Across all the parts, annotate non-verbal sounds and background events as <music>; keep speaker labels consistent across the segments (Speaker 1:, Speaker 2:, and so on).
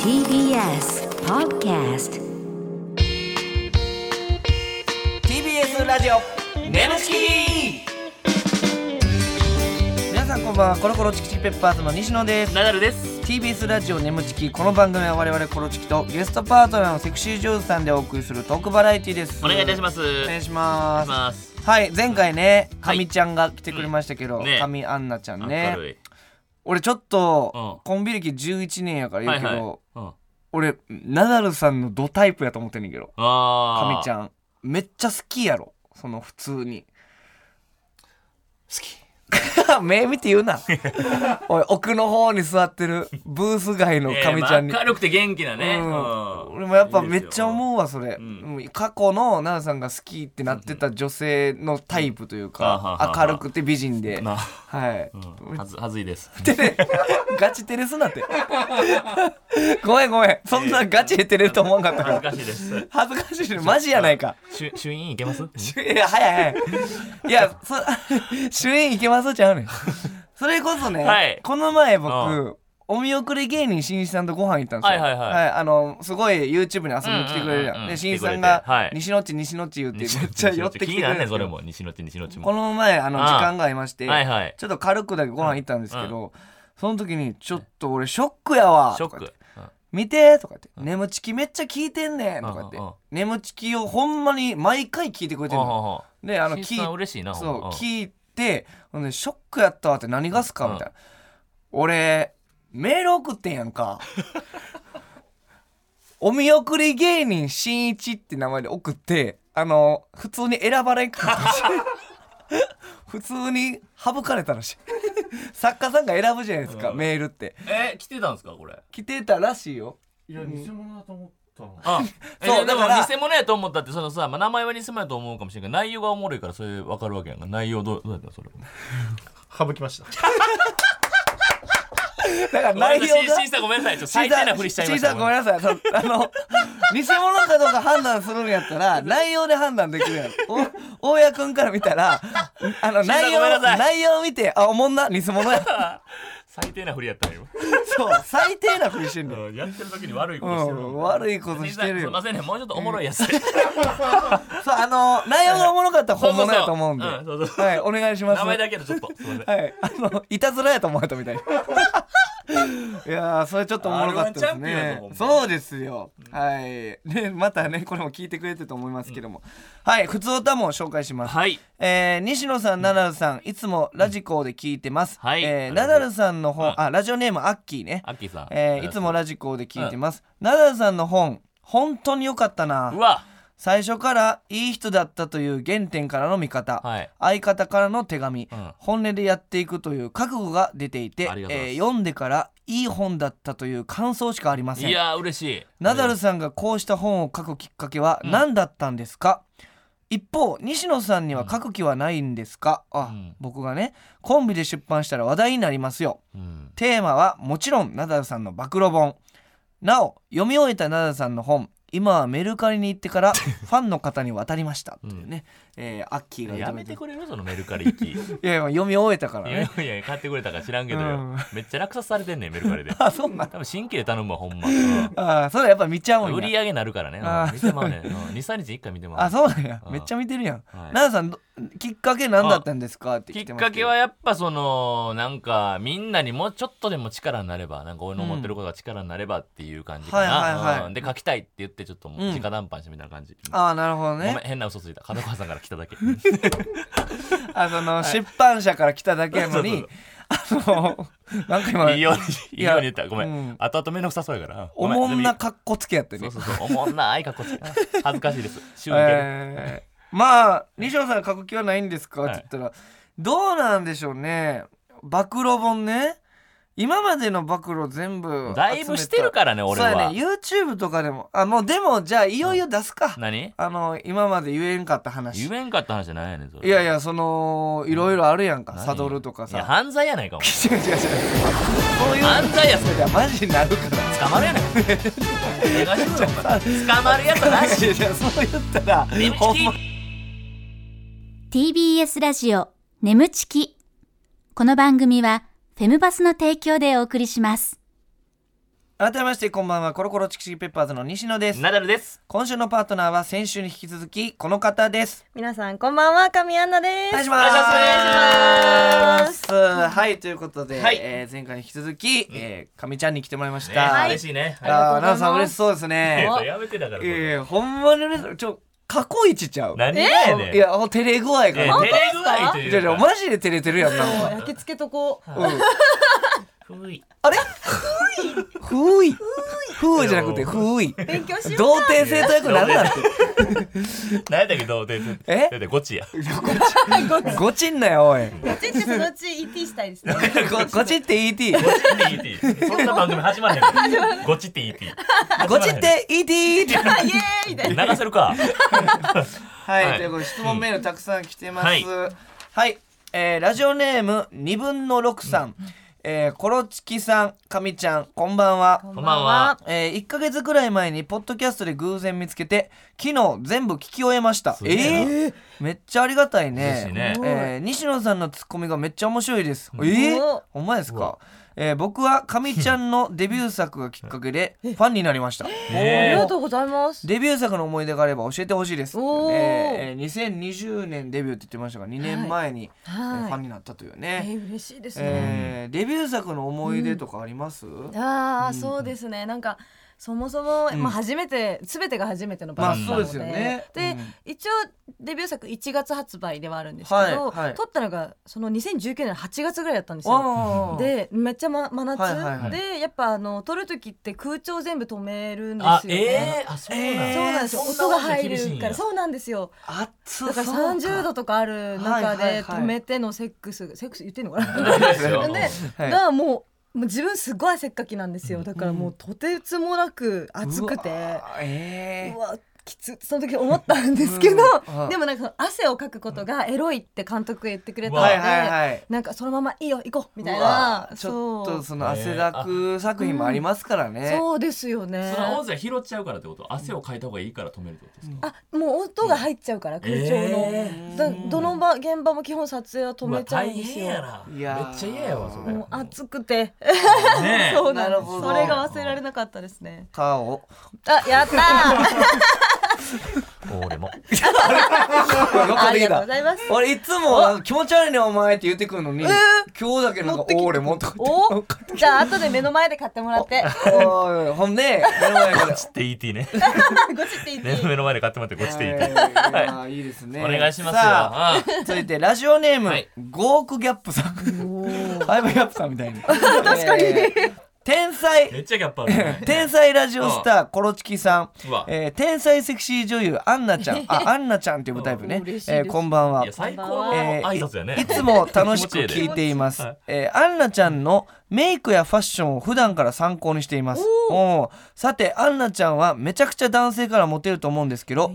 Speaker 1: TBS Podcast
Speaker 2: TBS ラジオネムチキ皆さんこんばんはコロコロチキチキペッパーズの西野です
Speaker 3: ナダルです。
Speaker 2: TBS ラジオネムチキこの番組は我々コロチキとゲストパートナーのセクシージョーズさんでお送りするトークバラエティです
Speaker 3: お願いいたします。
Speaker 2: お願いします
Speaker 3: ます。
Speaker 2: はい前回ねか
Speaker 3: はい
Speaker 2: みちゃんが来てくれましたけど、
Speaker 3: うんね
Speaker 2: かみあんなちゃん
Speaker 3: 明
Speaker 2: ね
Speaker 3: るい。
Speaker 2: 俺ちょっと、
Speaker 3: うん
Speaker 2: コンビ歴11年やから言うけど、
Speaker 3: うん
Speaker 2: 俺ナダルさんのドタイプやと思ってんねんけど
Speaker 3: あ
Speaker 2: かみち
Speaker 3: ん。
Speaker 2: ゃんめっちゃ好きやろその普通に
Speaker 3: 好き。
Speaker 2: <laughs> 目見て言う
Speaker 3: <laughs>
Speaker 2: なおい奥の方に座ってるブース外のかみちゃんに、
Speaker 3: えーまあ明るくて元気なね。
Speaker 2: う
Speaker 3: うんん
Speaker 2: 俺もやっぱめっちゃ
Speaker 3: いいですよ
Speaker 2: 思うわそれ、
Speaker 3: ん
Speaker 2: うん過去の奈々さんが好きってなってた女性のタイプというか、
Speaker 3: うん
Speaker 2: 明るくて美人で、
Speaker 3: な
Speaker 2: はい、
Speaker 3: うんはずはずいです。
Speaker 2: 照れ <laughs> ガチ照れすなって <laughs> ごめんごめんそんなガチで照れると思わなかったか
Speaker 3: <laughs> 恥
Speaker 2: ら
Speaker 3: ずかし
Speaker 2: <laughs>
Speaker 3: いです。
Speaker 2: 恥ずかしいしマジやないか
Speaker 3: 主主演い
Speaker 2: <laughs>
Speaker 3: けます？
Speaker 2: いや、早い早い。いや、そ、主演いけますちゃうねん。それこそね、
Speaker 3: はい
Speaker 2: この前僕、
Speaker 3: うん
Speaker 2: お見送り芸人しんいちさんとご飯行ったんですよ。
Speaker 3: はいはいはい
Speaker 2: あの、すごい YouTube に遊びに来てくれるじゃん。
Speaker 3: うんうんうんうん
Speaker 2: で、しんいちさん
Speaker 3: 来てくれて
Speaker 2: が
Speaker 3: はい、
Speaker 2: 西のっち西のっち
Speaker 3: <laughs>
Speaker 2: 言って、めっちゃ寄ってきてくれる
Speaker 3: 気になんねんそれも西のち西のち
Speaker 2: こ
Speaker 3: も。
Speaker 2: の前、あの、
Speaker 3: うん
Speaker 2: 時間がありまして、
Speaker 3: はいはい。
Speaker 2: ちょっと軽くだけご飯行ったんですけど、その時に、ちょっと俺ショックやわ
Speaker 3: ショ
Speaker 2: と
Speaker 3: ッ
Speaker 2: か
Speaker 3: ク
Speaker 2: 言って。見てとか言って「眠ちきめっちゃ聞いてんねん」とか言って
Speaker 3: うんうんうん
Speaker 2: 「眠ちきをほんまに毎回聞いてくれて
Speaker 3: うんんう
Speaker 2: の
Speaker 3: ん
Speaker 2: よ
Speaker 3: うん。
Speaker 2: であの
Speaker 3: 聞
Speaker 2: 聞
Speaker 3: い
Speaker 2: い
Speaker 3: た嬉しいな。
Speaker 2: そう
Speaker 3: ほんま
Speaker 2: 聞いてほんでショックやったわって何がすかみたいな俺メール送ってんやんか <laughs> お見送り芸人しんいちって名前で送ってあの普通に選ばれんかったらしい <laughs> 普通に省かれたらしい作家さんが選ぶじゃないですか、
Speaker 3: うん
Speaker 2: メールって
Speaker 3: うんえ来てたんですかこれ。
Speaker 2: 来てたらしいよ
Speaker 4: いや、偽物だと思ったの。
Speaker 3: あ <laughs> え
Speaker 2: そう
Speaker 3: でも
Speaker 2: だから
Speaker 3: 偽物やと思ったってそのさ、まあ、名前は偽物やと思うかもしれんけど内容がおもろいからそれ分かるわけやんか内容どうどうやったのそれ
Speaker 4: 省きました。
Speaker 2: だから内容が
Speaker 3: 審査ごめんなさいちょっと
Speaker 2: 小
Speaker 3: 最
Speaker 2: さな
Speaker 3: 低な
Speaker 2: ふ
Speaker 3: ふ
Speaker 2: り
Speaker 3: り
Speaker 2: し
Speaker 3: し
Speaker 2: ち
Speaker 3: ち
Speaker 2: ゃ
Speaker 3: ゃ
Speaker 2: いま
Speaker 3: いま
Speaker 2: し
Speaker 3: したた
Speaker 2: ごめんなさいそあの偽物かどうか判断するんやった
Speaker 3: <laughs>
Speaker 2: ら内容で判断できるやんお大家君から見たらあの内容
Speaker 3: ごめんなさい
Speaker 2: 内容を見てあおもんな偽物や
Speaker 3: 最低なふりやったんよ
Speaker 2: そう最低なふりしてんだよ、
Speaker 3: やってる時に悪いこ
Speaker 2: う
Speaker 3: としてる
Speaker 2: ん、悪いことしてる
Speaker 3: すいま
Speaker 2: よ
Speaker 3: せんねもうちょっとおもろいや <laughs> つ
Speaker 2: そうあの内容がおもろかったら本物やと思うんで
Speaker 3: そうそうそううんそうそ
Speaker 2: はいお願いします
Speaker 3: 名前だけどちょっとすいません
Speaker 2: <laughs> はいあのいたずらやと思われたみたいな <laughs> いやーそれちょっとおもろかったです
Speaker 3: R1 チャンピオンや
Speaker 2: ね
Speaker 3: ぞほんま
Speaker 2: そうですよ、はいでまたねこれも聞いてくれてると思いますけども、はい普通歌も紹介します、
Speaker 3: はい
Speaker 2: えー西野さんナダルさんいつもラジコで聞いてます、
Speaker 3: はい
Speaker 2: えー
Speaker 3: ありが
Speaker 2: ナ
Speaker 3: とう
Speaker 2: ダルさんの本、
Speaker 3: うん
Speaker 2: あラジオネームアッキーね
Speaker 3: アッキーさん
Speaker 2: えーいつもラジコで聞いてます、ナダルさんの本本当に良かったな
Speaker 3: うわ
Speaker 2: 最初からいい人だったという原点からの見方、
Speaker 3: はい
Speaker 2: 相方からの手紙、
Speaker 3: うん
Speaker 2: 本音でやっていくという覚悟が出ていて
Speaker 3: ありがとうございます
Speaker 2: えー読んでからいい本だったという感想しかありませ
Speaker 3: い
Speaker 2: ん
Speaker 3: やー嬉しい
Speaker 2: ナダルさんがこうした本を書くきっかけは
Speaker 3: うん
Speaker 2: 何だったんですか、一方西野さんには書く気はないんですか、あ、
Speaker 3: うん
Speaker 2: 僕がねコンビで出版したら話題になりますよ
Speaker 3: うん
Speaker 2: テーマはもちろんナダルさんの暴露本なお読み終えたナダルさんの本今はメルカリに行って
Speaker 3: <laughs>
Speaker 2: からファンの方に渡りましたっていうね、えーアッキーが
Speaker 3: や
Speaker 2: 認
Speaker 3: め
Speaker 2: めて
Speaker 3: て
Speaker 2: い
Speaker 3: くれるそのメルカリ行 <laughs> きい
Speaker 2: やいや読み終えたから
Speaker 3: や
Speaker 2: ね
Speaker 3: いや買ってくれたか知らんけど
Speaker 2: う
Speaker 3: よ
Speaker 2: ん
Speaker 3: めっちゃ落札されてんねんメルカリで
Speaker 2: <laughs> あそんな
Speaker 3: 多分新規で頼むわほん <laughs> まうん
Speaker 2: ああそれやっぱ見ちゃうん
Speaker 3: 売り
Speaker 2: や
Speaker 3: 上げなるからね
Speaker 2: あー
Speaker 3: うん見てまうね23日一回見てまう
Speaker 2: あそうなんや
Speaker 3: うん
Speaker 2: めっちゃ見てるやん
Speaker 3: はい
Speaker 2: 奈々さんどきっかけ何だったんですかって
Speaker 3: き
Speaker 2: 聞い
Speaker 3: って
Speaker 2: ます
Speaker 3: かけはやっぱそのなんかみんなにもうちょっとでも力になればなんか俺の思ってることが力になればっていう感じか
Speaker 2: うんはいはい
Speaker 3: な
Speaker 2: はい
Speaker 3: うんで書きたいって言ってちょっともう
Speaker 2: うん
Speaker 3: 直談判してみたいな感じ、
Speaker 2: ああなるほど
Speaker 3: ごめん
Speaker 2: ね
Speaker 3: 変な嘘ついた角川さんから来ただ
Speaker 2: <laughs>
Speaker 3: け
Speaker 2: あその出版社から来ただけやのにあのなんか今
Speaker 3: いいようにい
Speaker 2: い
Speaker 3: いよ
Speaker 2: や
Speaker 3: うに言ったごめん、
Speaker 2: うん
Speaker 3: 後々めんどくさそうやから
Speaker 2: お
Speaker 3: ごめ
Speaker 2: もんな
Speaker 3: で
Speaker 2: かっこつけやって
Speaker 3: もい
Speaker 2: ね
Speaker 3: いそうそうそうおもんなあいかっこつけ恥ずかしい
Speaker 2: <laughs>
Speaker 3: です週に
Speaker 2: えーまあ西野さん書く気はないんですかっ
Speaker 3: はい
Speaker 2: て言ったら、どうなんでしょうね暴露本ね今までの暴露全部
Speaker 3: だいぶしてるからね俺
Speaker 2: そうや
Speaker 3: は、
Speaker 2: ね YouTube とかでもあもうでもじゃあいよいよ出すか、
Speaker 3: 何
Speaker 2: あの今まで言えんかった話
Speaker 3: 言えんかった話じゃないやねんそれ
Speaker 2: いやいやそのいろいろあるやんか
Speaker 3: 何
Speaker 2: サドルとか
Speaker 3: いや
Speaker 2: <laughs> さ
Speaker 3: 犯罪やないかお前
Speaker 2: 違う違う違うそういう
Speaker 3: 犯罪やそれ
Speaker 2: いやマジになるか
Speaker 3: 捕まるやないかお前お願いしろよお前捕まるやつ
Speaker 2: ら
Speaker 3: なし
Speaker 2: いやいやそう言ったら
Speaker 3: 眠ちき
Speaker 2: ほんま
Speaker 1: TBS ラジオ眠ちきこの番組はフェムバスの提供でお送りします
Speaker 2: 改めましてこんばんはコロコロチキチキペッパーズの西野です
Speaker 3: ナダルです。
Speaker 2: 今週のパートナーは先週に引き続きこの方です
Speaker 5: 皆さんこんばんは神アンナで
Speaker 2: お
Speaker 5: す。
Speaker 2: 願いします
Speaker 3: お願
Speaker 5: いします
Speaker 2: はいということで、
Speaker 3: はい
Speaker 2: えー前回に引き続き、えー、かみちゃんに来てもらいまし
Speaker 3: ね
Speaker 2: た、
Speaker 5: はい
Speaker 3: 嬉しいね。
Speaker 2: あー
Speaker 5: ありがとうございます
Speaker 2: ナダルさん嬉しそうですね
Speaker 3: いややめてだから。こ
Speaker 2: いやい
Speaker 3: れ
Speaker 2: やほんまに嬉しいちょ過去一ちゃう
Speaker 3: 何がやねん。
Speaker 2: いやほん照れ具合
Speaker 3: えー、
Speaker 2: かな
Speaker 3: 照れ具合と
Speaker 2: じゃあじゃ
Speaker 3: いう
Speaker 2: あ
Speaker 3: か。
Speaker 2: マジで照れてるやんなん
Speaker 5: もう
Speaker 2: か
Speaker 5: 焼き付けとこう。
Speaker 2: うん
Speaker 3: 古い。
Speaker 2: あれふういふうじゃなくて
Speaker 3: いや
Speaker 2: ふうい
Speaker 5: 勉強しよう。
Speaker 2: 童貞生徒役なんだって
Speaker 3: 何やったっけど、で、
Speaker 2: え
Speaker 3: だってゴチや。
Speaker 2: ごちんなよおい
Speaker 5: ガチってそのうち ET したいですね。
Speaker 2: ごごちって ET
Speaker 3: ゴチって ET。そんな番組始まらへんから。ゴチって ET。
Speaker 2: ごちって ET って
Speaker 5: あイエーイみたいな。
Speaker 3: 流せるか。
Speaker 2: はい、
Speaker 3: はい
Speaker 2: ということで質問メールたくさん来てます。は
Speaker 3: はいい、
Speaker 2: えーラジオネーム2分の6さん、えーコロチキさん、かみちゃん、こんばんは。
Speaker 3: こんばんは。
Speaker 2: え1ヶ月くらい前にポッドキャストで偶然見つけて昨日全部聞き終えました
Speaker 3: す
Speaker 2: え
Speaker 3: げえな
Speaker 2: ーめっちゃありがたい
Speaker 3: 嬉
Speaker 2: ね
Speaker 3: しいね
Speaker 2: えー西野さんのツッコミがめっちゃ面白いです、え
Speaker 5: お
Speaker 2: ー
Speaker 5: ー、
Speaker 2: ほんまですか、えー僕はかみちゃんのデビュー作がきっかけでファンになりました
Speaker 5: あり
Speaker 3: ね
Speaker 5: がとうございます。
Speaker 2: デビュー作の思い出があれば教えてほしいです。えー
Speaker 5: おー
Speaker 2: えー2020年デビューって言ってましたが2年前に、えーファン
Speaker 5: はい。
Speaker 2: になったという
Speaker 5: え
Speaker 2: ね。
Speaker 5: ー嬉しいですね。
Speaker 2: えーデビュー作の思い出とかあります、
Speaker 5: ああ、そうですねなんかそもそも、
Speaker 2: うん
Speaker 5: まあ、初めて全てが初めての
Speaker 2: ま
Speaker 5: 番
Speaker 2: あ
Speaker 5: 組
Speaker 2: そ
Speaker 5: な
Speaker 2: うで
Speaker 5: ので,、
Speaker 2: すよね。うん
Speaker 5: 一応デビュー作1月発売ではあるんですけど、
Speaker 2: はいはい
Speaker 5: 撮ったのがその2019年の8月ぐらいだったんですよ。
Speaker 2: おー
Speaker 5: でめっちゃ、ま、真夏、
Speaker 2: はいはいはい
Speaker 5: でやっぱあの撮る時って空調全部止めるんで
Speaker 3: あ、
Speaker 5: すよ
Speaker 3: え
Speaker 5: ね。
Speaker 3: ー、あ、そうなん
Speaker 2: えー
Speaker 5: そうなんですよ音が入るから
Speaker 3: そ
Speaker 5: そうなんですよ
Speaker 2: 暑
Speaker 5: だから
Speaker 2: そう
Speaker 5: 30度とかある中
Speaker 2: はいはい
Speaker 5: で
Speaker 2: はい
Speaker 5: 止めてのセックスセックス言ってんのかな
Speaker 2: <laughs>
Speaker 3: うなんですよ。
Speaker 5: ね
Speaker 2: はい
Speaker 5: がもうもう自分すごい汗っかきなんですよだからもうとてつもなく暑くて
Speaker 2: うわえ
Speaker 5: うわきつその時思ったんですけど
Speaker 2: うんうん
Speaker 5: <laughs> でもなんか汗をかくことがエロいって監督が言ってくれ
Speaker 2: ー
Speaker 5: たの
Speaker 3: うわ
Speaker 2: はいはい
Speaker 5: で
Speaker 2: はい。
Speaker 5: なんかそのままいいよ行こうみたいう
Speaker 2: わ
Speaker 5: な
Speaker 2: ちょっ
Speaker 5: そ
Speaker 2: と
Speaker 5: う
Speaker 2: その汗だく作品もありますからね。
Speaker 5: そうですよね
Speaker 3: その音声拾っちゃうからってこと汗をかいた方がいいから止めるってことですか、
Speaker 5: あもう音が入っちゃうから空調
Speaker 3: え
Speaker 5: のだどの場現場も基本撮影は止めちゃうんです
Speaker 3: うわ
Speaker 5: よ
Speaker 3: 大変
Speaker 2: い
Speaker 3: や
Speaker 2: や
Speaker 3: な
Speaker 2: ー
Speaker 3: めっちゃ嫌やわそれ
Speaker 5: もう暑くて
Speaker 3: ねえ
Speaker 5: <laughs> そうな
Speaker 2: な
Speaker 5: んで
Speaker 2: る
Speaker 5: す
Speaker 2: ほど
Speaker 5: それが忘れられなかったですね
Speaker 2: 顔。
Speaker 5: あやったー
Speaker 2: <laughs>
Speaker 3: 俺も
Speaker 5: <laughs> あり
Speaker 2: いい
Speaker 5: がと
Speaker 2: だ
Speaker 5: うご。ざいます。
Speaker 2: 俺いつもなんか気持ち悪いねお前って言ってくるのに、今日だけなん
Speaker 5: 乗
Speaker 2: か「
Speaker 5: ってき
Speaker 2: お
Speaker 5: た
Speaker 2: 俺も」とか言って
Speaker 5: お、じゃあ後で目の前で買ってもらって。
Speaker 2: おいほんで目の前か
Speaker 3: ゴチって ET
Speaker 5: <laughs>
Speaker 3: ね
Speaker 5: ごちって言
Speaker 3: ね
Speaker 5: っていい。
Speaker 3: 目の前で買ってもらってゴチって ET
Speaker 2: らいやいいですね
Speaker 3: お願いしますよ
Speaker 2: さあ
Speaker 3: うん
Speaker 2: 続いてラジオネーム
Speaker 3: はい
Speaker 2: 5億ギャップさん5億ギャップさんみたい
Speaker 5: <laughs>
Speaker 2: に確かに天
Speaker 3: め
Speaker 2: 才
Speaker 3: っちゃギャップあるね
Speaker 2: <laughs> 天才ラジオスターコロチキさん
Speaker 3: うわ
Speaker 2: えー天才セクシー女優アンナちゃん
Speaker 5: <laughs>
Speaker 2: あアンナちゃんって呼ぶタイプね
Speaker 5: 嬉しいです
Speaker 2: えーこんばんはい
Speaker 3: や最高の
Speaker 2: え
Speaker 3: 挨
Speaker 2: ー
Speaker 3: 拶やね、
Speaker 2: いいつも楽しく聞いています
Speaker 3: 気持ちいいね。
Speaker 2: えー、アンナちゃんのメイクやファッションを普段から参考にしています。おーさて、アンナちゃんはめちゃくちゃ男性からモテると思うんですけど、好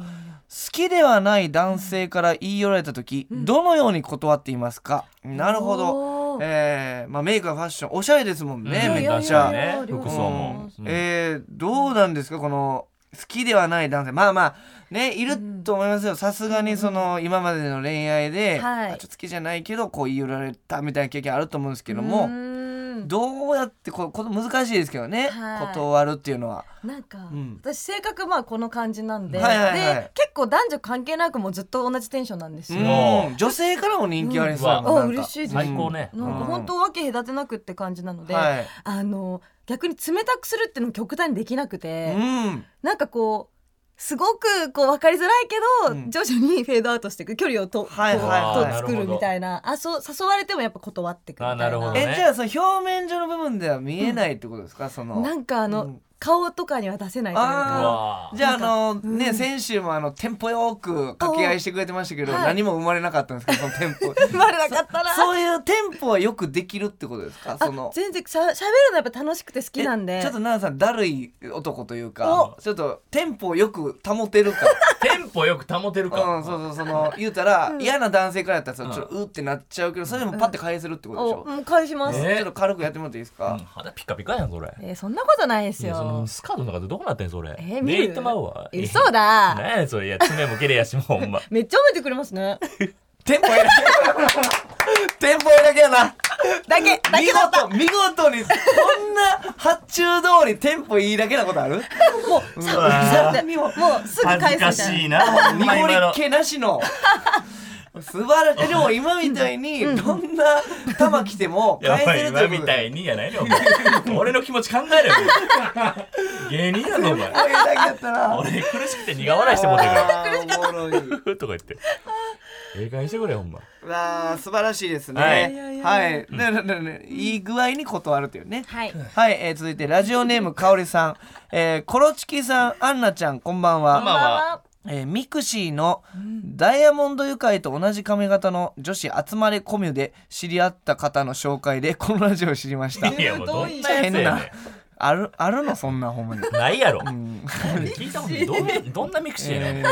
Speaker 2: きではない男性から言い寄られた時、どのように断っていますか、なるほど
Speaker 5: お。ー
Speaker 2: えー、まあメイクやファッション、おしゃれですもんね、
Speaker 3: うん
Speaker 2: め
Speaker 5: や
Speaker 2: っ
Speaker 5: い
Speaker 2: ち
Speaker 5: やい
Speaker 2: ゃ
Speaker 5: や。
Speaker 3: ね
Speaker 5: 両方
Speaker 3: 服装も、
Speaker 2: う
Speaker 3: うんん
Speaker 2: えーどうなんですかこの好きではない男性まあまあねいると思いますよさすがにその今までの恋愛で、
Speaker 5: はい
Speaker 2: あちょっと好きじゃないけどこう言い寄られたみたいな経験あると思うんですけど
Speaker 5: う
Speaker 2: も
Speaker 5: ーん
Speaker 2: どうやってこうこと難しいですけどね、
Speaker 5: はい
Speaker 2: 断るっていうのは。
Speaker 5: なんか
Speaker 2: うん
Speaker 5: 私性格まあこの感じなんで、
Speaker 2: はいはいはい
Speaker 5: で結構男女関係なくもうずっと同じテンションなんですよ。
Speaker 2: うん女性からも人気ありそう
Speaker 3: うん
Speaker 5: うわ
Speaker 2: なんか
Speaker 5: あ嬉しいです
Speaker 3: 最高ね
Speaker 5: なんか本当わけ隔てなくって感じなので、
Speaker 2: はい
Speaker 5: あの逆に冷たくするっていうのも極端にできなくて、
Speaker 2: うん
Speaker 5: なんかこう。すごくこう分かりづらいけど、
Speaker 2: うん
Speaker 5: 徐々にフェードアウトしていく距離をと、
Speaker 2: はいはい
Speaker 5: こう
Speaker 2: はい
Speaker 5: と作るみたいなあそう誘われてもやっぱ断ってくみたいな
Speaker 3: あなるほどね
Speaker 2: えじゃあその表面上の部分では見えないってことですか、その
Speaker 5: なんかあの、
Speaker 2: うん
Speaker 5: 顔とかには出せないという
Speaker 3: う
Speaker 5: か
Speaker 3: わ
Speaker 2: じゃああの
Speaker 5: ん
Speaker 2: ね、先週もあのテンポよく掛け合いしてくれてましたけど、
Speaker 5: はい
Speaker 2: 何も生まれなかったん <laughs> ですけどそのテン
Speaker 5: <laughs>
Speaker 2: ポ
Speaker 5: 生まれなかったら
Speaker 2: そういうテンポはよくできるってことですかそ
Speaker 5: <laughs>
Speaker 2: の
Speaker 5: あ全然しゃ喋るのやっぱ楽しくて好きなん
Speaker 2: え
Speaker 5: で
Speaker 2: ちょっと奈々さんだるい男というかちょっとテンポをよく保て
Speaker 5: <laughs>
Speaker 2: るか
Speaker 3: テンポよく保てるか、
Speaker 2: うんそうそうその言うたら、嫌な男性からやったらさちょっとうってなっちゃうけどそれでもパッて返せるってことでし
Speaker 5: お
Speaker 2: ょ、
Speaker 5: うん返します、
Speaker 3: ね
Speaker 2: ちょっと軽くやってもらっていいです
Speaker 3: うん
Speaker 2: か、
Speaker 3: 肌ピカピカやんそれ
Speaker 5: えーそんなことないです
Speaker 3: いやその
Speaker 5: よ
Speaker 3: スカートの中でどうなってんそれ
Speaker 5: えー見
Speaker 3: 目
Speaker 5: る
Speaker 3: いってまうわ
Speaker 5: えそう
Speaker 3: <laughs>
Speaker 5: だ、
Speaker 3: ねえそれいや爪も綺麗やしもうほんま
Speaker 5: めっちゃ褒めてくれますね
Speaker 2: テンポええだけテンポええだけやな
Speaker 5: だけ <laughs> だ
Speaker 2: 見
Speaker 5: けだった
Speaker 2: 事見事にこんな発注通りテンポいいだけなことある
Speaker 5: もう
Speaker 3: うわー
Speaker 5: ささもうすぐ返す
Speaker 3: 恥ず
Speaker 5: み
Speaker 3: かし
Speaker 5: たいな
Speaker 3: いなほんま
Speaker 2: 濁り
Speaker 3: 今の
Speaker 2: 気なしの素晴らしいでも今みたいにどんな球来ても
Speaker 3: や
Speaker 2: 返
Speaker 3: ばい
Speaker 2: せるとい
Speaker 3: 今
Speaker 2: うこ
Speaker 3: み
Speaker 2: と
Speaker 3: た
Speaker 2: で
Speaker 3: いにやないのお前 <laughs> 俺の気持ち考えろよ芸人やぞお前
Speaker 2: これだけやったら
Speaker 3: 俺苦しくて苦笑いしてもってるから
Speaker 2: あーおもろい
Speaker 3: ふーとか言ってええ加減にしてくれよほんま
Speaker 2: わあ素晴らしいですね。
Speaker 3: はい
Speaker 5: いやいや
Speaker 2: はい。ねねねねいい具合に断るというね。
Speaker 5: はい
Speaker 2: はい、えー続いてラジオネームかおりさん、えー、コロチキさん、アンナちゃん、こんばんは。
Speaker 3: こんばんは
Speaker 2: えーミクシーのダイヤモンド愉快と同じ髪型の女子集まれコミュで知り合った方の紹介でこのラジオを知りました。
Speaker 3: いやもうどんなやつや
Speaker 2: 変
Speaker 3: ね。
Speaker 2: なんあるあるのそんなほんま
Speaker 5: <laughs>
Speaker 2: に。
Speaker 3: ないやろ聞いたことないどんどんなミクシーやねん
Speaker 2: え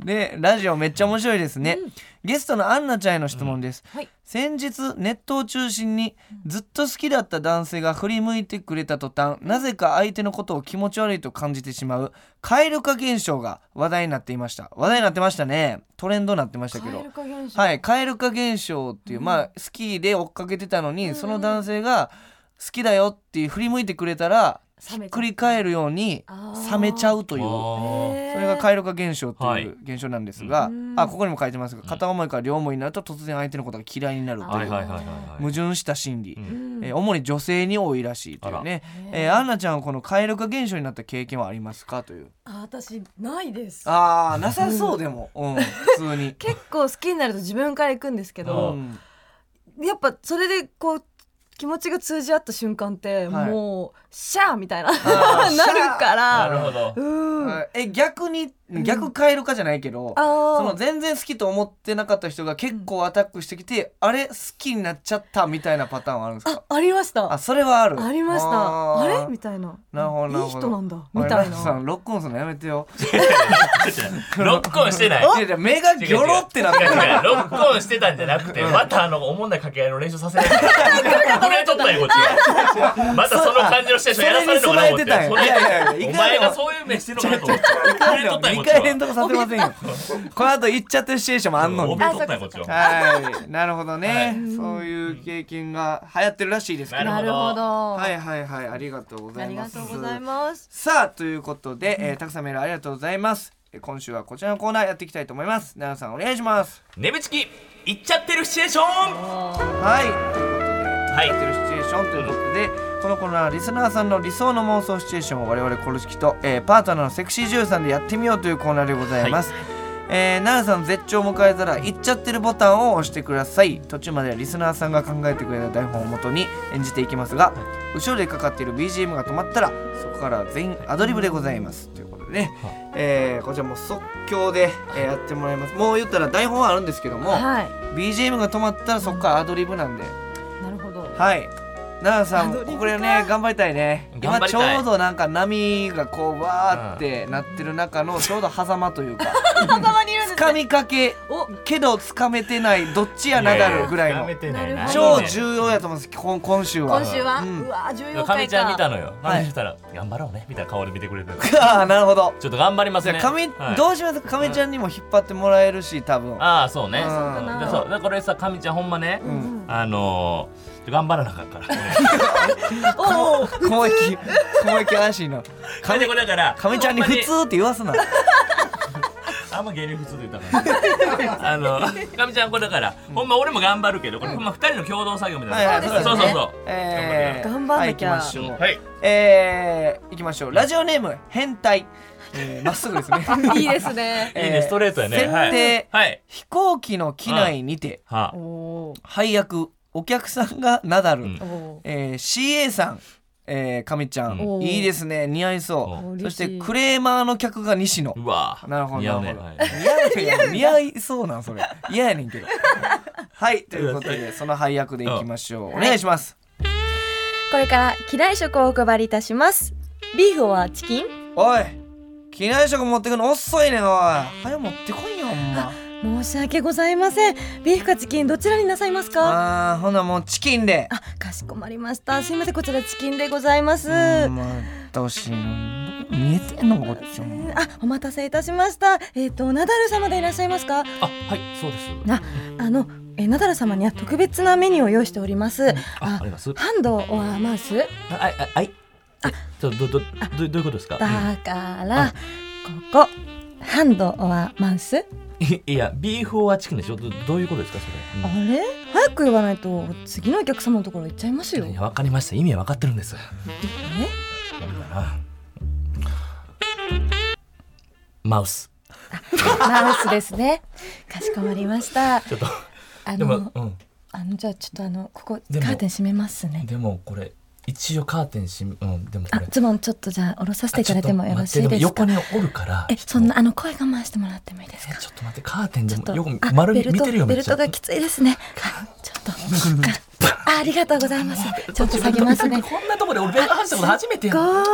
Speaker 2: ーでラジオめっちゃ面白いですね、ゲストのアンナちゃんへの質問です、
Speaker 5: はい
Speaker 2: 先日ネットを中心にずっと好きだった男性が振り向いてくれた途端なぜか相手のことを気持ち悪いと感じてしまう蛙化現象が話題になっていました話題になってましたねトレンドになってましたけど
Speaker 5: 蛙化現象
Speaker 2: はい、蛙化現象っていう、まあスキーで追っかけてたのに、その男性が好きだよっていう振り向いてくれたら
Speaker 5: 冷めちゃ
Speaker 2: 繰
Speaker 5: う
Speaker 2: り返るように
Speaker 5: あー
Speaker 2: 冷めちゃうという
Speaker 3: あ
Speaker 5: へー
Speaker 2: それが蛙化現象と
Speaker 3: はいいう
Speaker 2: 現象なんですが、
Speaker 5: うん
Speaker 2: あここにも書いてますが片思いから両思いになると突然相手のことが嫌いになる
Speaker 3: ー
Speaker 2: と
Speaker 3: はいいうはいはいはいはい
Speaker 2: 矛盾した心理、
Speaker 3: うん
Speaker 2: えー主に女性に多いらしいというね
Speaker 5: あら
Speaker 2: えーアンナちゃんはこの蛙化現象になった経験はありますかという
Speaker 5: あ私ないです
Speaker 2: あーなさそうでも、 <laughs> うん、普通に。
Speaker 5: 結構好きになると自分から行くんですけ
Speaker 2: う
Speaker 5: ど
Speaker 2: ん
Speaker 5: やっぱそれでこう気持ちが通じ合った瞬間って
Speaker 2: はい
Speaker 5: もうシャーみ <laughs> たいなな
Speaker 2: ー
Speaker 5: るか
Speaker 3: な
Speaker 5: ら
Speaker 3: るほど
Speaker 5: うんあ
Speaker 2: あえ逆に逆蛙化じゃないけど、その
Speaker 5: ー
Speaker 2: 全然好きと思ってなかった人が結構アタックしてきて、あれ好きになっちゃったみたいなパターンはあるんです
Speaker 5: あ
Speaker 2: か
Speaker 5: ありました
Speaker 2: あそれはある
Speaker 5: ありましたあ
Speaker 2: ー
Speaker 5: れみたいな
Speaker 2: なるほどなる
Speaker 5: いい
Speaker 2: ほど
Speaker 5: 人なんだみたい
Speaker 2: お前ラッコさ
Speaker 5: なん
Speaker 2: ロックオンするのやめてよ
Speaker 3: <laughs> ロックオンしてない
Speaker 2: いやいや目がギョロってなって
Speaker 3: 違う
Speaker 2: る
Speaker 3: 違うロックオンしてたんじゃなくてまたあのおもんない掛け合いの練習させないからこれとったよこっちがまたその感じのシチュエーションやらされるのかなと思っ
Speaker 2: それに備え
Speaker 3: て
Speaker 2: てたんや
Speaker 3: それ
Speaker 2: いやいやいや
Speaker 3: お前がそういう目してるのかと思ってこれとったよ
Speaker 2: 2
Speaker 3: こっち
Speaker 2: 回連
Speaker 3: は
Speaker 2: 続させませんよこの後行っちゃってるシチュエーションもあんの
Speaker 3: お
Speaker 2: に
Speaker 3: びとったよこっちは
Speaker 2: はいなるほどねそういう経験が流行ってるらしいですけど
Speaker 3: な
Speaker 5: な
Speaker 3: る
Speaker 5: るほど
Speaker 2: はいはいはいありがとうござ
Speaker 5: あ
Speaker 2: い
Speaker 5: り
Speaker 2: ま
Speaker 5: が
Speaker 2: す
Speaker 5: とうございます
Speaker 2: さあということで、えーたくさんメールありがとうございますえー今週はこちらのコーナーやっていきたいと思います奈良さんお願いします
Speaker 3: ねぶちき行っちゃってるシチュエーション
Speaker 2: はいということで
Speaker 3: は
Speaker 2: やって
Speaker 3: い
Speaker 2: るシチュエーションということで、このコーナーはリスナーさんの理想の妄想シチュエーションを我々コルシキと、えーパートナーのセクシー女優さんでやってみようというコーナーでございます、えー奈良さんの絶頂を迎えたら「行っちゃってる」ボタンを押してください途中まではリスナーさんが考えてくれた台本をもとに演じていきますが後ろでかかっている BGM が止まったらそこから全員アドリブでございますということでね、えーこちらもう即興で、えーやってもらいますもう言ったら台本はあるんですけども、
Speaker 5: はい
Speaker 2: BGM が止まったらそこからアドリブなんで
Speaker 5: なるほど
Speaker 2: はい。奈良さん、
Speaker 5: アドリブか
Speaker 2: これね、頑張りたいね。
Speaker 3: 頑張
Speaker 2: 今
Speaker 3: り
Speaker 2: ち
Speaker 3: たい
Speaker 2: ょうどなんか波がこうわーってなってる中
Speaker 3: <laughs>
Speaker 2: のちょうど狭間というか、
Speaker 5: 頭にいるんです
Speaker 2: 掴みかけ
Speaker 5: お
Speaker 2: けど掴めてないどっちやナダルぐらいの
Speaker 3: ややつかめてないな
Speaker 5: なるほ
Speaker 2: 超
Speaker 5: ど
Speaker 2: 重要やと思うんです。今今週は。
Speaker 5: 今週は
Speaker 2: うん
Speaker 5: うわ重要
Speaker 3: かみ
Speaker 5: 回
Speaker 3: ちゃん見た
Speaker 5: か
Speaker 3: のよ
Speaker 2: はい
Speaker 3: かみちゃんしたら頑張ろうねみたいな顔で見てくれてる
Speaker 2: ああ、なるほど。
Speaker 3: ちょっと頑張りま
Speaker 2: じ
Speaker 3: す
Speaker 2: ゃ
Speaker 3: ね
Speaker 2: あかみ、
Speaker 3: はい
Speaker 2: どうしますか。亀ちゃんにも引っ張ってもらえるし、多分。
Speaker 3: ああそうね
Speaker 2: うん
Speaker 3: そうだそうだからこれさかみちゃんほんまね
Speaker 2: うん。
Speaker 3: あのー頑張らなかったから
Speaker 2: おお、小 <laughs> 池、小池らしい
Speaker 3: <laughs>
Speaker 2: な。
Speaker 3: かみ
Speaker 2: 亀
Speaker 3: これだから
Speaker 2: 亀ちゃんに
Speaker 3: ほま
Speaker 2: 普通って言わすな。
Speaker 3: あんま芸人普通で言った
Speaker 6: <laughs>
Speaker 3: から。あの、かみちゃんこれだから、ほんま俺も頑張るけど、これほんま二人の共同作業みたいな。
Speaker 5: はいはい
Speaker 3: そうそう
Speaker 5: そ
Speaker 3: そう。
Speaker 2: えー
Speaker 5: 頑張んなきゃ
Speaker 2: はい、行きましょう。
Speaker 3: はい。
Speaker 2: えー、いきましょうラジオネーム変態えーま、っすぐ
Speaker 3: <laughs>
Speaker 2: ですね
Speaker 5: いいです <laughs> ね
Speaker 2: え
Speaker 3: いいね、ストレートやね。
Speaker 2: 設定
Speaker 3: はい。はい。
Speaker 2: 飛行機の機内にて
Speaker 3: は
Speaker 5: おー
Speaker 2: 配役お客さんがナダル、
Speaker 3: うん
Speaker 5: お
Speaker 2: えー、CA さんえー、かみちゃん
Speaker 5: うん
Speaker 2: いいですね似合い
Speaker 5: う
Speaker 2: そ
Speaker 5: ん
Speaker 2: うそして
Speaker 5: 嬉しい
Speaker 2: クレーマーの客が西野
Speaker 3: うわぁ。
Speaker 2: なるほど
Speaker 3: 似合う
Speaker 2: な
Speaker 3: ね。
Speaker 2: るほど
Speaker 3: はい
Speaker 5: <laughs>
Speaker 2: 似合う似合いそうなんそれ嫌やねんけどはいということでその配役でいきましょうお願いします
Speaker 5: これから機内食をお配りいたしますビーフはチキン
Speaker 2: おい機内食持ってくの遅いねんおい早持ってこいよほんま
Speaker 5: 申し訳ございませんビーフかチキンどちらになさいますかあ
Speaker 2: あーほなもうチキンで
Speaker 5: かしこまりましたすいませんこちらチキンでございます
Speaker 2: ほんまってほしいのに見えてんのこっちも
Speaker 5: あ、お待たせいたしました。えっ、と、ナダル様でいらっしゃいますか。
Speaker 6: あはいそうです
Speaker 5: あの、えーナダル様には特別なメニューを用意しております。
Speaker 6: あ
Speaker 5: あ
Speaker 6: あります
Speaker 5: ハンドオアマウス
Speaker 6: あああはいえちょどどどどどういうことですか
Speaker 5: だから、ここ、ハンドオアマウス。
Speaker 6: いいやビーフオアチキンでしょどどういうことですかそれ
Speaker 5: あれ早く言わないと、次のお客様のところ行っちゃいますよ
Speaker 6: うんい。やわかりました意味はわかってるんですだからマウス
Speaker 5: マウスですね。かしこまりました。
Speaker 6: ちょっと
Speaker 5: あ
Speaker 6: でも
Speaker 5: の、
Speaker 6: うん
Speaker 5: あの、じゃあちょっとあの、ここ、カ
Speaker 6: でも
Speaker 5: ーテン閉めますね。
Speaker 6: でもこれ一応カーテンしうんでもこ
Speaker 5: あ
Speaker 6: れ、
Speaker 5: ズボンちょっとじゃあ下ろさせていただいてもよろしい
Speaker 6: あちょ
Speaker 5: で
Speaker 6: っ
Speaker 5: す
Speaker 6: と
Speaker 5: か
Speaker 6: 待ってでも横におるから
Speaker 5: え、そんな、あの、声我慢してもらってもいいです
Speaker 6: え
Speaker 5: か
Speaker 6: ちょっと待ってカーテンで
Speaker 5: ちょっと
Speaker 6: もよく
Speaker 5: あ
Speaker 6: 丸見
Speaker 5: ベルト
Speaker 6: てるよ
Speaker 5: ベ
Speaker 6: めっ
Speaker 5: ル
Speaker 6: ちゃ
Speaker 5: トがきついです
Speaker 6: <laughs>
Speaker 5: ねあちょっとあありがとうござい
Speaker 6: <laughs>
Speaker 5: ますちょっと下げますね
Speaker 6: こんなとこで俺ベルト外したこと初めて
Speaker 5: す
Speaker 6: や
Speaker 5: ご
Speaker 6: ん
Speaker 5: ーい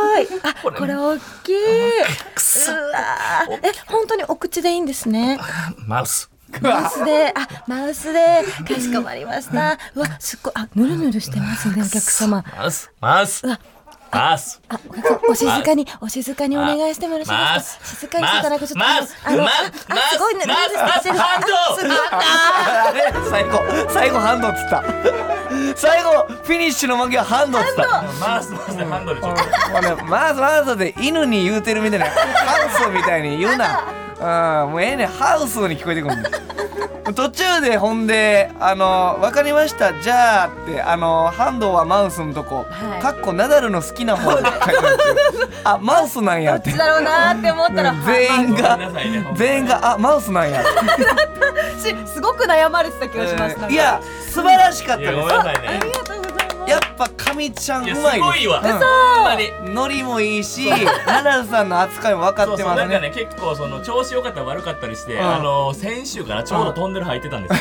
Speaker 5: あ
Speaker 6: これ
Speaker 5: これ大きいうわーえ本当にお口でいいんですね
Speaker 6: マウス
Speaker 5: マウスであマウスでかしこまりましたうわすっごいあぬるぬるしてますねお客様
Speaker 6: マウスマウス
Speaker 5: うわ
Speaker 6: マウス
Speaker 5: あ、お客様お静かに、お静かにお願いしてもよろしい
Speaker 6: マウ
Speaker 5: ですか。静
Speaker 6: ス
Speaker 5: かにしていただくと、ちょっと、
Speaker 6: マウス
Speaker 5: あの、あ
Speaker 6: マウス
Speaker 5: あ
Speaker 6: マウス
Speaker 5: すごいね、
Speaker 6: マウス
Speaker 5: マウスしてる。あ
Speaker 6: マウス
Speaker 5: すごい
Speaker 2: あれ最後最後ハンドっつった最後フィニッシュの負けはハンドっつった
Speaker 3: マウスマウスでハンドルちょっと
Speaker 2: これマーズマーズで犬に言うてるみたいなハウスみたいに言うなうんもうええねんハウスに聞こえてくるんだ途中でほんで「あの分かりましたじゃあ」ってあのハンドはマウスのとこ、
Speaker 5: はい
Speaker 2: かっこナダルの好きな方って書いてあるあマウスなんやって
Speaker 5: どっちだろうなーって思ったら、
Speaker 2: 全員
Speaker 3: ごめん
Speaker 2: が
Speaker 3: なさいね
Speaker 2: 全員が「あマウスなんや」
Speaker 5: 私すごく悩まれてた気がします。なんか
Speaker 2: い、や素晴らしかった
Speaker 3: いや
Speaker 2: で
Speaker 3: ごめん
Speaker 2: す
Speaker 3: なさい
Speaker 5: あ
Speaker 3: ね
Speaker 5: りがとうございます。
Speaker 2: やっぱ神ちゃんうまいです
Speaker 3: いやすごいわ
Speaker 2: うん
Speaker 3: ほんまに
Speaker 2: ノリもいいし、ナダルさんの扱いも分か
Speaker 3: そ
Speaker 2: っ
Speaker 3: う
Speaker 2: て
Speaker 3: そう
Speaker 2: ま
Speaker 3: な
Speaker 2: す
Speaker 3: んか
Speaker 2: ね。
Speaker 3: ね結構その調子良かったり悪かったりして
Speaker 2: ん
Speaker 3: あの先週からちょうどトンネル入ってたんですよ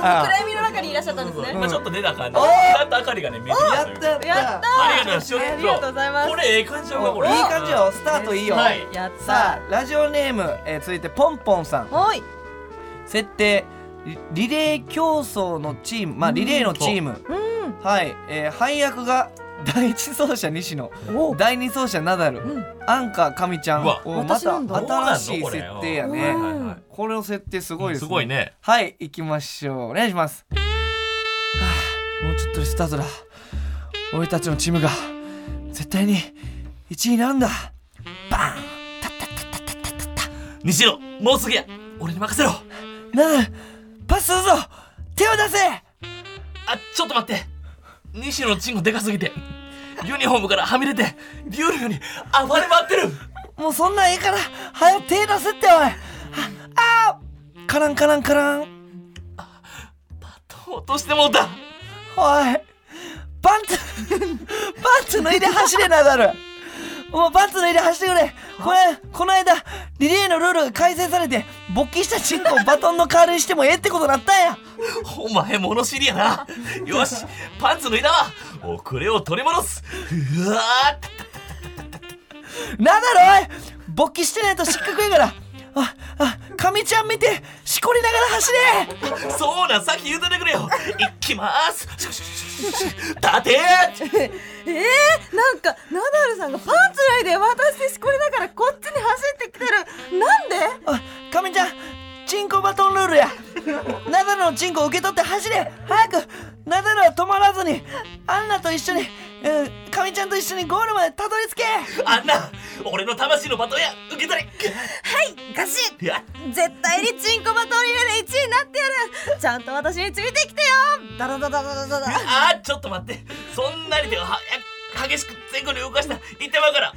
Speaker 2: あ
Speaker 5: 暗闇の中にいらっしゃったんですね。
Speaker 3: 今ちょっと出た感じち
Speaker 2: おー
Speaker 3: ゃんと明かりがね見えてき
Speaker 2: や
Speaker 3: た
Speaker 2: っ
Speaker 3: という
Speaker 2: たやっ。
Speaker 5: やった
Speaker 3: ありがとうございます
Speaker 5: ありがとうございます
Speaker 3: これええ感じだなこれ
Speaker 2: いい感じよ、スタートいいよ。
Speaker 3: はい
Speaker 5: やっ
Speaker 2: さ
Speaker 5: た。
Speaker 2: あ、ラジオネーム、えー続いてポンポンさん。
Speaker 5: はい。
Speaker 2: 設定リリレー競争のチーム、まあリレーのチーム。
Speaker 5: うん。
Speaker 2: はい、えー配役が第一走者西野、第二走者ナダル、
Speaker 5: ん
Speaker 2: アンカー神ちゃん。
Speaker 3: うわ
Speaker 2: おま
Speaker 5: 私
Speaker 2: た
Speaker 5: なんだ
Speaker 2: 新しい設定や
Speaker 5: どうな
Speaker 2: ね
Speaker 5: んの。これ
Speaker 2: これの設定すごいですすね。
Speaker 3: ごいね
Speaker 2: はい、行きましょう。お願いします。はあ、もうちょっとでスタートだ。俺たちのチームが絶対に1位になるんだ。バーン
Speaker 3: 西野もうすぐや俺に任せろ
Speaker 2: ナダル、パスするぞ手を出せ
Speaker 3: あちょっと待って西野のチンコでかすぎてユニフォームからはみ出てビューリュに暴れ回ってる
Speaker 2: もうそんなんええから、早く手出せっておいあ、あーカランカランカラン。おい、
Speaker 3: 落としてもうた
Speaker 2: パンツ、パンツ脱いで走れナダル。もうパンツ脱いで走ってくれこれ、この間、リレーのルールが改正されて、勃起したチンコをバトンの代わりにしてもええってことになったんや
Speaker 3: お前物知りやなよしパンツ脱いだわ遅れを取り戻すうわ
Speaker 2: なんだろおい勃起してないと失格やからあ、あ、かみちゃん見てしこりながら走れ
Speaker 3: ーそうなんさっき言うててくれよ行きますシュシュシュシュシュ立て
Speaker 5: <laughs> えー、なんかナダルさんがパンツ脱いで私しこりながらこっちに走ってきてる。なんで？
Speaker 2: あ、かみちゃんチンコバトンルール <laughs> やナダルのチンコを受け取って走れ早くナダルは止まらずにアンナと一緒に、うん、かみちゃんと一緒にゴールまでたどり着け
Speaker 3: あんな俺の魂のバトンや受け取れ
Speaker 5: ガシッ。
Speaker 3: いや
Speaker 5: 絶対にチンコバトンリレーで1位になってやるちゃんと私についてきてよダダダダダダダダ
Speaker 3: あーちょっと待ってそんなに手をはや激しく前後に動かしたら一手間から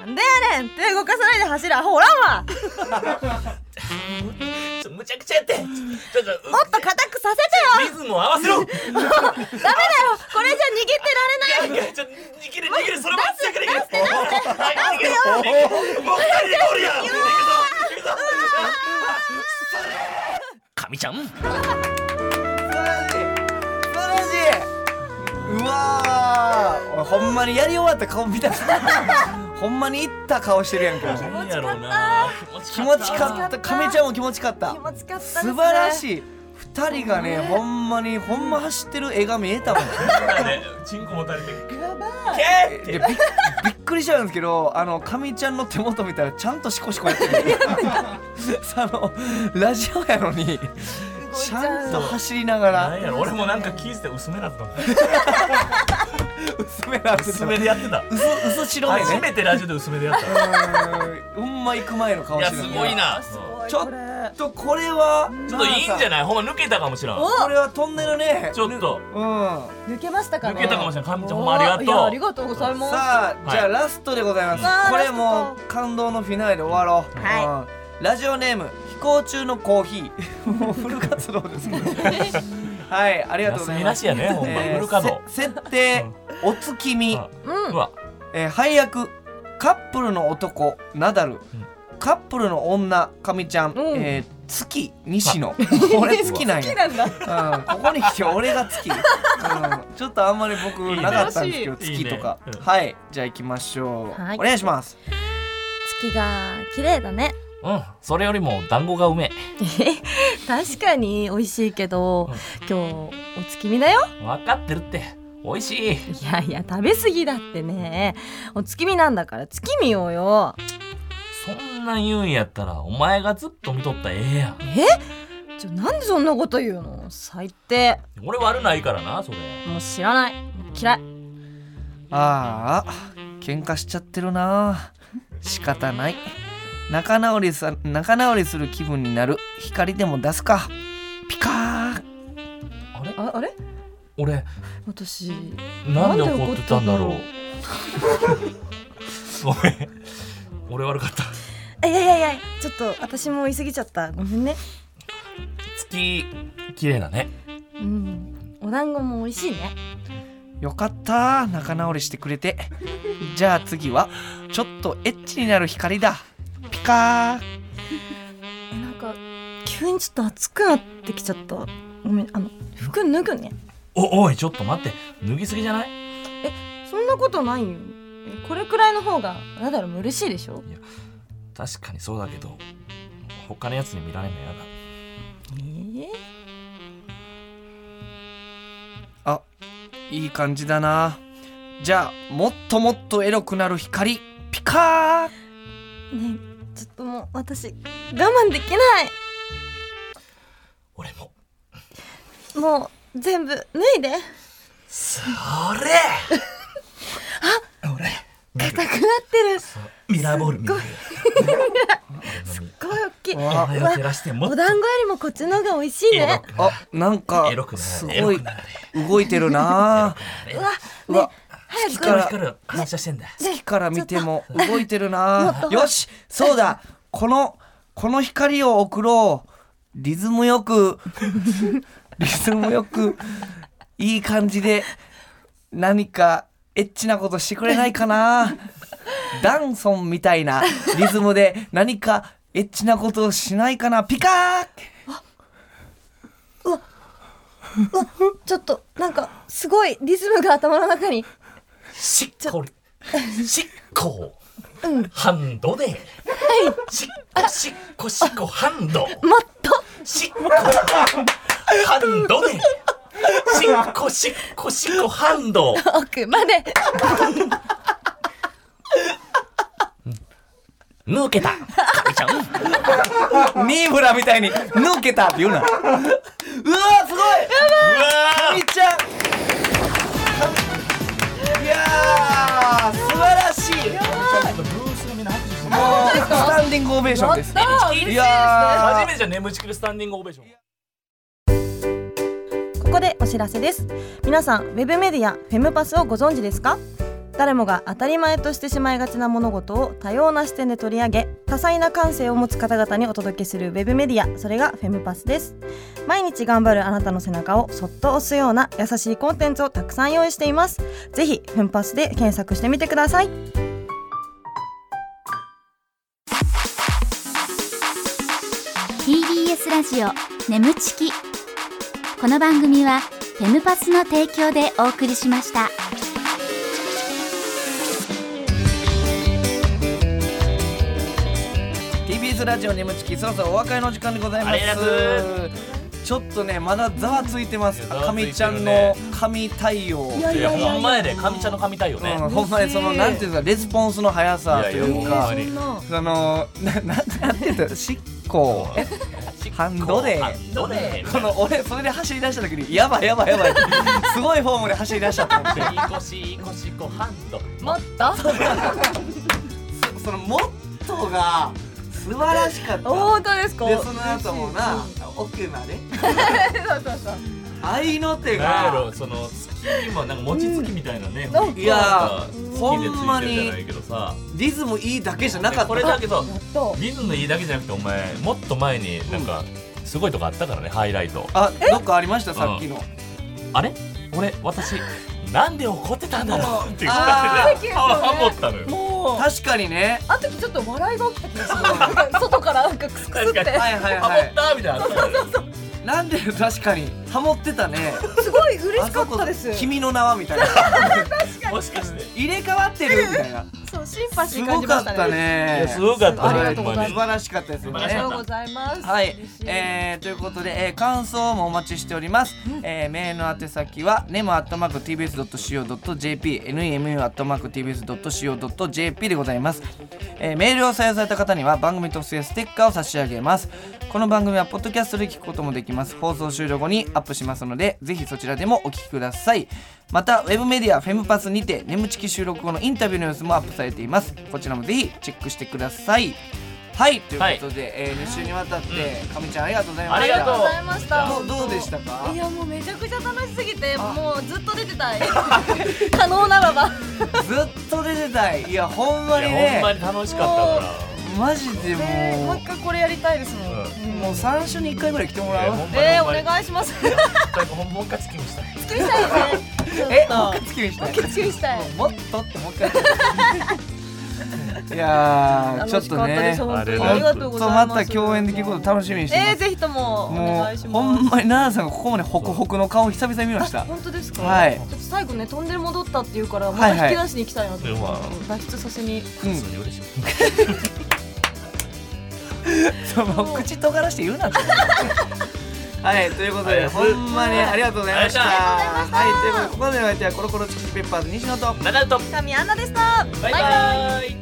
Speaker 5: なんでやねん手動かさないで走るアホおらん <laughs> わもっ
Speaker 3: ちょむちゃくちゃやってちょっとう
Speaker 5: と硬くさせ
Speaker 3: リズムを合わせろ
Speaker 5: てよダメだよこれじゃ握ってられない
Speaker 3: いやいやちょっと逃げる逃げるそれも
Speaker 5: 出
Speaker 3: 近
Speaker 5: す
Speaker 3: くで逃げる
Speaker 5: 出
Speaker 3: はい逃げるもう二人でゴールや行くぞ行くぞ神ちゃん
Speaker 2: 素晴らしい素晴らしいうわー俺ほんまにやり終わった顔見 <laughs> たほんまにいった顔してるやんか
Speaker 3: 何やろうな
Speaker 2: 気
Speaker 3: 気
Speaker 2: 持
Speaker 3: 持
Speaker 2: ち
Speaker 3: ち
Speaker 2: か
Speaker 3: か
Speaker 2: った亀ちゃんも気持ちかった
Speaker 5: 気持ちかったですね
Speaker 2: 素晴らしい二人がねほんまにほんま走ってる絵が見えたもん
Speaker 3: ったねチンコも垂れて
Speaker 5: やばい
Speaker 3: けーっ
Speaker 2: でび
Speaker 3: て
Speaker 2: びっくりしちゃうんですけどあのかみちゃんの手元見たらちゃんとシコシコやってるあのラジオやのにちゃんと走りなが
Speaker 3: な
Speaker 2: ら
Speaker 3: んやろ俺もなんか聞いてて薄めだったもん
Speaker 2: 薄めなって
Speaker 3: 薄めでやってた
Speaker 2: 薄薄白目
Speaker 3: 初
Speaker 2: ね
Speaker 3: めてラジオで薄めでやった
Speaker 2: うんうんま行く前の顔し
Speaker 3: いや
Speaker 2: て
Speaker 3: す
Speaker 2: る
Speaker 3: ごいな
Speaker 7: す
Speaker 3: ち
Speaker 7: ごい
Speaker 2: ちょっ
Speaker 7: これ
Speaker 2: とこれは
Speaker 3: ょっといいんじゃ
Speaker 2: い
Speaker 3: ないほんま抜けたかもしれん
Speaker 7: お
Speaker 2: これはトンネルね
Speaker 3: ちょっと
Speaker 2: うんさ
Speaker 7: 抜けましたかね
Speaker 3: 抜けたかもしれないかみちゃんほんまありがとう
Speaker 7: いやありがとうございます
Speaker 2: あ
Speaker 3: い
Speaker 2: じゃあラストでございます、
Speaker 7: わあ
Speaker 2: これ
Speaker 7: ラ
Speaker 2: も
Speaker 7: ス
Speaker 2: う感動のフィナーレで終わろう、
Speaker 7: は
Speaker 2: うんラジオネーム飛行中のコーヒー <laughs> もうフル活動ですけどはいありがとうござ
Speaker 3: 休
Speaker 2: い
Speaker 3: み
Speaker 2: ま
Speaker 3: ら
Speaker 2: す
Speaker 3: しいやねほんま
Speaker 2: え
Speaker 3: フル稼
Speaker 2: ー
Speaker 3: 働
Speaker 2: せ設定お月見、
Speaker 3: あ
Speaker 7: うん
Speaker 3: うわ
Speaker 2: えー配役カップルの男ナダル、カップルの女かみちゃん、
Speaker 7: ん
Speaker 2: えー月西野俺月なん
Speaker 7: 好きな
Speaker 2: や
Speaker 7: んだ
Speaker 2: うん、ここに来て俺が月、うん、ちょっとあんまり僕
Speaker 3: いいね
Speaker 2: なかったんですけど
Speaker 3: いい
Speaker 2: 月
Speaker 3: ね
Speaker 2: とか
Speaker 3: うん
Speaker 2: はいじゃあ行きましょう、
Speaker 5: はい
Speaker 2: お願いします
Speaker 5: 月が綺麗だね
Speaker 3: うんそれよりも団子がうめ
Speaker 5: 確かに美味しいけど今日お月見だよ
Speaker 3: え分かってるって美味しい
Speaker 5: いやいや食べ過ぎだってねお月見なんだから月見ようよ
Speaker 3: そんなん言うんやったらお前がずっと見とったらええやん
Speaker 5: ちょなんでそんなこと言うの最低
Speaker 3: 俺悪ないからなそれ
Speaker 5: もう知らない嫌い
Speaker 2: ああ喧嘩しちゃってるな仕方ない仲直りさ仲直りする気分になる光でも出すかピカー
Speaker 3: あれ
Speaker 5: ああれ
Speaker 3: 俺
Speaker 5: 私
Speaker 3: なんで
Speaker 5: なんで
Speaker 3: 怒
Speaker 5: 怒っ
Speaker 3: ってて
Speaker 5: た
Speaker 3: た
Speaker 5: ん
Speaker 3: ん
Speaker 5: だ
Speaker 3: だ
Speaker 5: ろ
Speaker 3: ろ
Speaker 5: う
Speaker 3: うごめん俺悪かった
Speaker 5: あいやいやいやちょっと私も言い過ぎちゃったごめんね
Speaker 3: 月綺麗だね
Speaker 5: うんお団子も美味しいね
Speaker 2: よかった仲直りしてくれてじゃあ次はちょっとエッチになる光だピカー
Speaker 5: えなんか急にちょっと暑くなってきちゃったごめんあの服脱ぐね
Speaker 3: おおいちょっと待って脱ぎすぎじゃない
Speaker 5: そんなことないよえこれくらいの方がナダルも嬉しいでしょ
Speaker 3: 確かにそうだけど他のやつに見られんのやだ
Speaker 5: えー、
Speaker 2: あいい感じだなじゃあもっともっとエロくなる光ピカー
Speaker 5: ねえちょっともう私我慢できない
Speaker 3: 俺も
Speaker 5: もう全部脱いで <laughs>
Speaker 3: それあ俺
Speaker 5: 硬くなってるす
Speaker 3: ミラーボール見る
Speaker 5: っごい大きい
Speaker 3: お
Speaker 2: あ
Speaker 3: 前を照らしてもっ
Speaker 5: お
Speaker 3: と
Speaker 5: 団子よりもこっちの方が美味しい
Speaker 3: エロ
Speaker 5: ね
Speaker 3: く
Speaker 2: あなんか
Speaker 3: エロくなる
Speaker 2: す
Speaker 3: エロ
Speaker 2: ごい
Speaker 3: くなる
Speaker 2: 動いてるな
Speaker 3: エロく
Speaker 5: う
Speaker 3: な
Speaker 5: わ
Speaker 2: う
Speaker 3: る
Speaker 2: わ
Speaker 5: 早く
Speaker 2: 月
Speaker 3: 光
Speaker 2: か
Speaker 3: る
Speaker 2: ら
Speaker 3: 光る反射してんだ
Speaker 2: 月から見ても動いてるなよしそうだこのこの光を送ろうリズムよくリズムよくいい感じで何かエッチなことしてくれないかなダンソンみたいなリズムで何かエッチなことをしないかなピカー
Speaker 5: ちょっとなんかすごいリズムが頭の中に
Speaker 3: しっこりしっこハンドでしっこしっこしっこハンド
Speaker 5: もっと
Speaker 3: しっこハンドでしっこしっこしっこハンド
Speaker 5: 奥まで
Speaker 3: 抜けたかみちゃん
Speaker 2: ニーブラみたいに抜けたって言うなうわーすごいう
Speaker 3: わ
Speaker 2: みっちゃんいやー素晴らしい
Speaker 3: ーブースのみんな拍手してる
Speaker 2: もうスタンディングオベーションですいや
Speaker 3: 初
Speaker 2: ー
Speaker 3: めてじゃん眠ちきるスタンディングオベーション
Speaker 5: ここでお知らせです皆さんウェブメディアフェムパスをご存知ですか誰もが当たり前としてしまいがちな物事を多様な視点で取り上げ多彩な感性を持つ方々にお届けするウェブメディアそれがフェムパスです毎日頑張るあなたの背中をそっと押すような優しいコンテンツをたくさん用意していますぜひフェムパスで検索してみてください
Speaker 1: す TBS ラジオ眠ちきこの番組はフェムパスの提供でお送りしました
Speaker 2: ー TBS ラジオにムチキそろそろお別れの時間でございま
Speaker 3: ありがとう
Speaker 2: すちょっとねまだざわついてます
Speaker 3: いやざわつい
Speaker 2: 神ち
Speaker 3: てるね
Speaker 2: ゃんの神対応
Speaker 5: や
Speaker 3: いやほんまやで神ちゃんの神対応ね
Speaker 2: うん、ほんまにそのなんていうんですかレスポンスの速さという
Speaker 3: いやいやほん
Speaker 2: か
Speaker 3: まに
Speaker 2: そのなななんていうんですか執行ハンドで
Speaker 3: ハンドで
Speaker 2: この俺それで走り出した時にやばいやばいやばいすごいフォームで走り出しちゃったんで
Speaker 3: いいこしいいこしこハンド
Speaker 5: もっと
Speaker 2: そのモットーが素晴らしかった
Speaker 5: 本当ですか
Speaker 2: でその後もな奥ま
Speaker 5: <laughs>
Speaker 2: で愛の手
Speaker 3: なんや
Speaker 2: が
Speaker 3: ろその月にもなんか餅つきみたいなね、
Speaker 5: うん
Speaker 2: いや
Speaker 3: なんか
Speaker 2: ー
Speaker 3: 月
Speaker 2: ほ
Speaker 3: でつ
Speaker 2: んま
Speaker 3: いてるじ
Speaker 2: に
Speaker 3: ゃないけどさ
Speaker 2: リズムいいだけじゃなかった
Speaker 3: これだけど
Speaker 5: やっと
Speaker 3: リズムいいだけじゃなくてお前もっと前になんかすごいとこあったからねハイライト
Speaker 2: あどっかありましたさっきの
Speaker 3: あれ俺私なんで怒ってたんだろうっていう
Speaker 2: あ
Speaker 3: 感
Speaker 5: ー
Speaker 3: じでハモったのよ
Speaker 5: もう
Speaker 2: 確かにね
Speaker 5: あの時ちょっと笑いが起きた気がするなんか外からなんかクスクスっ
Speaker 3: 確か
Speaker 5: て
Speaker 2: はいはい
Speaker 3: ハ
Speaker 2: は
Speaker 3: モっ
Speaker 2: い
Speaker 3: たみたいな
Speaker 2: なんで確かにハモってたね
Speaker 5: すごい嬉しかったで
Speaker 2: あ
Speaker 5: す
Speaker 2: そこ君の名はみ
Speaker 5: <laughs>
Speaker 2: たいな
Speaker 3: もしかして
Speaker 2: 入れ替わってるみたいな
Speaker 5: そうシンパシ
Speaker 2: す
Speaker 5: ー感
Speaker 2: ご
Speaker 5: じ
Speaker 2: か
Speaker 5: ま
Speaker 2: っ
Speaker 5: した
Speaker 2: た
Speaker 3: い
Speaker 5: ね
Speaker 2: ね
Speaker 3: やすごかった
Speaker 5: あり
Speaker 3: ね
Speaker 5: がと
Speaker 3: ほん
Speaker 5: うござ
Speaker 3: ま
Speaker 5: い
Speaker 2: 素
Speaker 3: に
Speaker 2: 晴らしかったですよ
Speaker 5: ありが
Speaker 2: ね
Speaker 5: とうございます
Speaker 2: はい
Speaker 5: 嬉し、
Speaker 2: えー、ということで、えー感想もお待ちしております、えーメールの宛先は nemo.tbs.co.jp nemu.tbs.co.jp でございます、えーメールを採用された方には番組特製ステッカーを差し上げますこの番組はポッドキャストで聞くこともできます放送終了後にアップしますのでぜひそちらでもお聞きくださいまたウェブメディアフェムパスにて眠ちき収録後のインタビューの様子もアップされていますこちらもぜひチェックしてくださいはいということで、えー、2週にわたって、かみちゃんありがとうございました
Speaker 3: ありがとう
Speaker 5: ありがとうございました
Speaker 2: どうどうでしたか
Speaker 5: いやもうめちゃくちゃ楽しすぎてもうずっと出てたい可能ならば
Speaker 2: ずっと出てたいいやほんまに
Speaker 3: いやほ
Speaker 2: ね
Speaker 3: んまに楽しかったから
Speaker 2: マジでも
Speaker 5: もう一回これやりたいですもん
Speaker 3: うん
Speaker 2: うもう三週に一回ぐらい来てもらおう
Speaker 5: えー、お願いします
Speaker 3: ほんまにほんまにもう一回月見したい
Speaker 5: 作りたいねちょっと
Speaker 2: えもう一回付き合いしたい
Speaker 5: 注意したい
Speaker 2: もっとってもう一回 <laughs> いやーちょ
Speaker 5: 楽
Speaker 2: っ
Speaker 5: し
Speaker 2: と
Speaker 5: かったで
Speaker 2: ね
Speaker 5: す本当に
Speaker 3: あれ
Speaker 5: ありがとうございま
Speaker 2: ちょっ
Speaker 5: す
Speaker 2: とまた共演できること楽しみにしてます
Speaker 5: えー、ぜひともお
Speaker 2: も
Speaker 5: 願いし
Speaker 2: う
Speaker 5: ます
Speaker 2: ほんまに奈々さんがここまでホクホクの顔久々に見ました
Speaker 5: 本当ですか、
Speaker 2: はい
Speaker 5: ちょっと最後ねトンネル戻ったっていうからま
Speaker 2: はいはい
Speaker 5: た引き出しに行きたいなと思って、
Speaker 3: まあ
Speaker 5: 脱出させ
Speaker 2: う
Speaker 5: に
Speaker 2: ん
Speaker 3: 普通に嬉しい
Speaker 2: その口尖らして言うなってはいということでほんまにありがとうございましたはいということでここまでのお相手はコロコロチキチキペッパーズ西野と
Speaker 3: ナダルと
Speaker 5: 神アンナでした
Speaker 3: バイバイ